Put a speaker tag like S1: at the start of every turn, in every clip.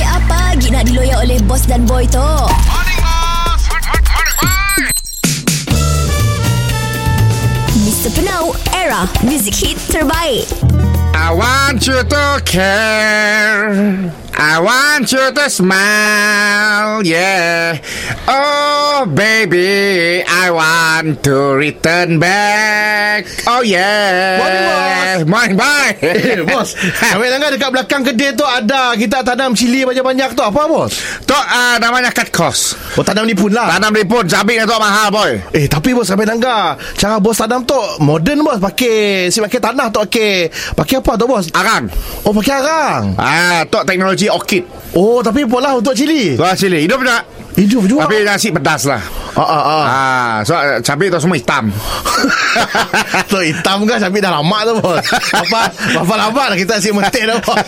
S1: lagi nak diloyak oleh bos dan boy tu? Mr. Penau, era music hit terbaik.
S2: I want you to care. I want you to smile, yeah. Oh, baby, I want to return back. Oh, yeah. Morning, boss. Morning, bye.
S3: Eh, bos. Ambil langgar dekat belakang kedai tu ada kita tanam cili banyak-banyak tu. Apa, bos?
S2: Tok, uh, namanya cut cost.
S3: Oh, tanam ni pun lah.
S2: Tanam ripun, sabik ni tok mahal, boy.
S3: Eh, tapi bos ambil langgar. Cara bos tanam tu modern, bos. Pakai, si pakai tanah tu, okey. Pakai apa tu, bos?
S2: Arang.
S3: Oh, pakai arang.
S2: Ah, tok teknologi orchid.
S3: Oh, tapi pola untuk cili.
S2: Tu hasil dia. Hidup tak?
S3: Hidup juga.
S2: Tapi nasi pedas lah.
S3: ah, ah, ah.
S2: Ah, so uh, cabai tu semua hitam.
S3: Tu hitam kan Sampai dah lama tu bos Apa Apa lama dah kita asyik metik dah bos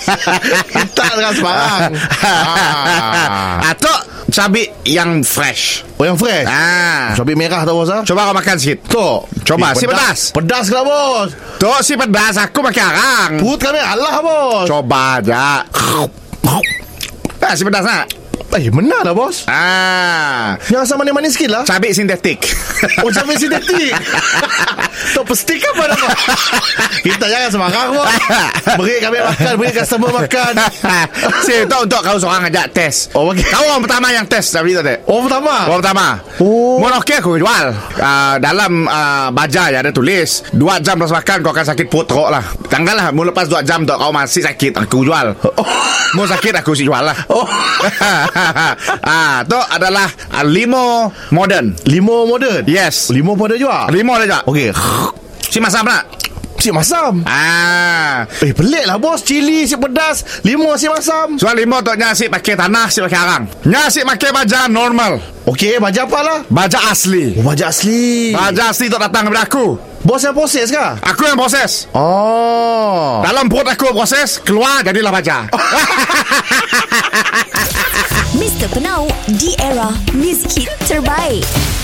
S3: Kita dengan sebarang ah.
S2: ah. Atau cabai yang fresh.
S3: Oh yang fresh
S2: Ah.
S3: Cabai merah tu bos ah.
S2: Coba kau makan sikit.
S3: Tu
S2: Coba,
S3: Eh,
S2: si pedas.
S3: Pedas ke lah bos
S2: Tu si pedas aku pakai arang.
S3: Put kami Allah bos
S2: Coba aja. Ah, si pedas nak?
S3: Eh benar lah bos
S2: Ah.
S3: Yang asam manis-manis sikit lah
S2: Cabai sintetik.
S3: Oh cabai sintetik Tu pestik apa dah bos Kita jangan sembarang bos Beri kami makan Beri customer makan
S2: Kan? si tu untuk kau seorang ajak test.
S3: Oh, okey.
S2: Kau orang pertama yang test dah berita tak?
S3: Oh pertama
S2: Orang Ah. pertama
S3: Oh.
S2: Mun okey aku jual uh, Dalam uh, baja ya ada tulis Dua jam lepas makan kau akan sakit perut teruk lah Tanggal lah Mun lepas dua jam tak kau masih sakit Aku jual oh. Mun sakit aku si jual lah
S3: Oh.
S2: ah, tu adalah uh, limo modern
S3: Limo modern
S2: Yes.
S3: Limo modern juga
S2: Limo dah jauh
S3: Okey
S2: Si masam nak
S3: Si masam
S2: Ah,
S3: Eh pelik lah bos Cili si pedas Limo si masam
S2: Soal limo tu nyasi pakai tanah Si pakai arang Nyasi pakai baja normal
S3: Okey baja apa lah
S2: Baja asli
S3: Oh baja asli
S2: Baja asli tak datang daripada aku
S3: Bos yang proses kah
S2: Aku yang proses
S3: Oh
S2: Dalam perut aku proses Keluar jadilah baja
S1: Mr. Penau, di era music hit terbaik.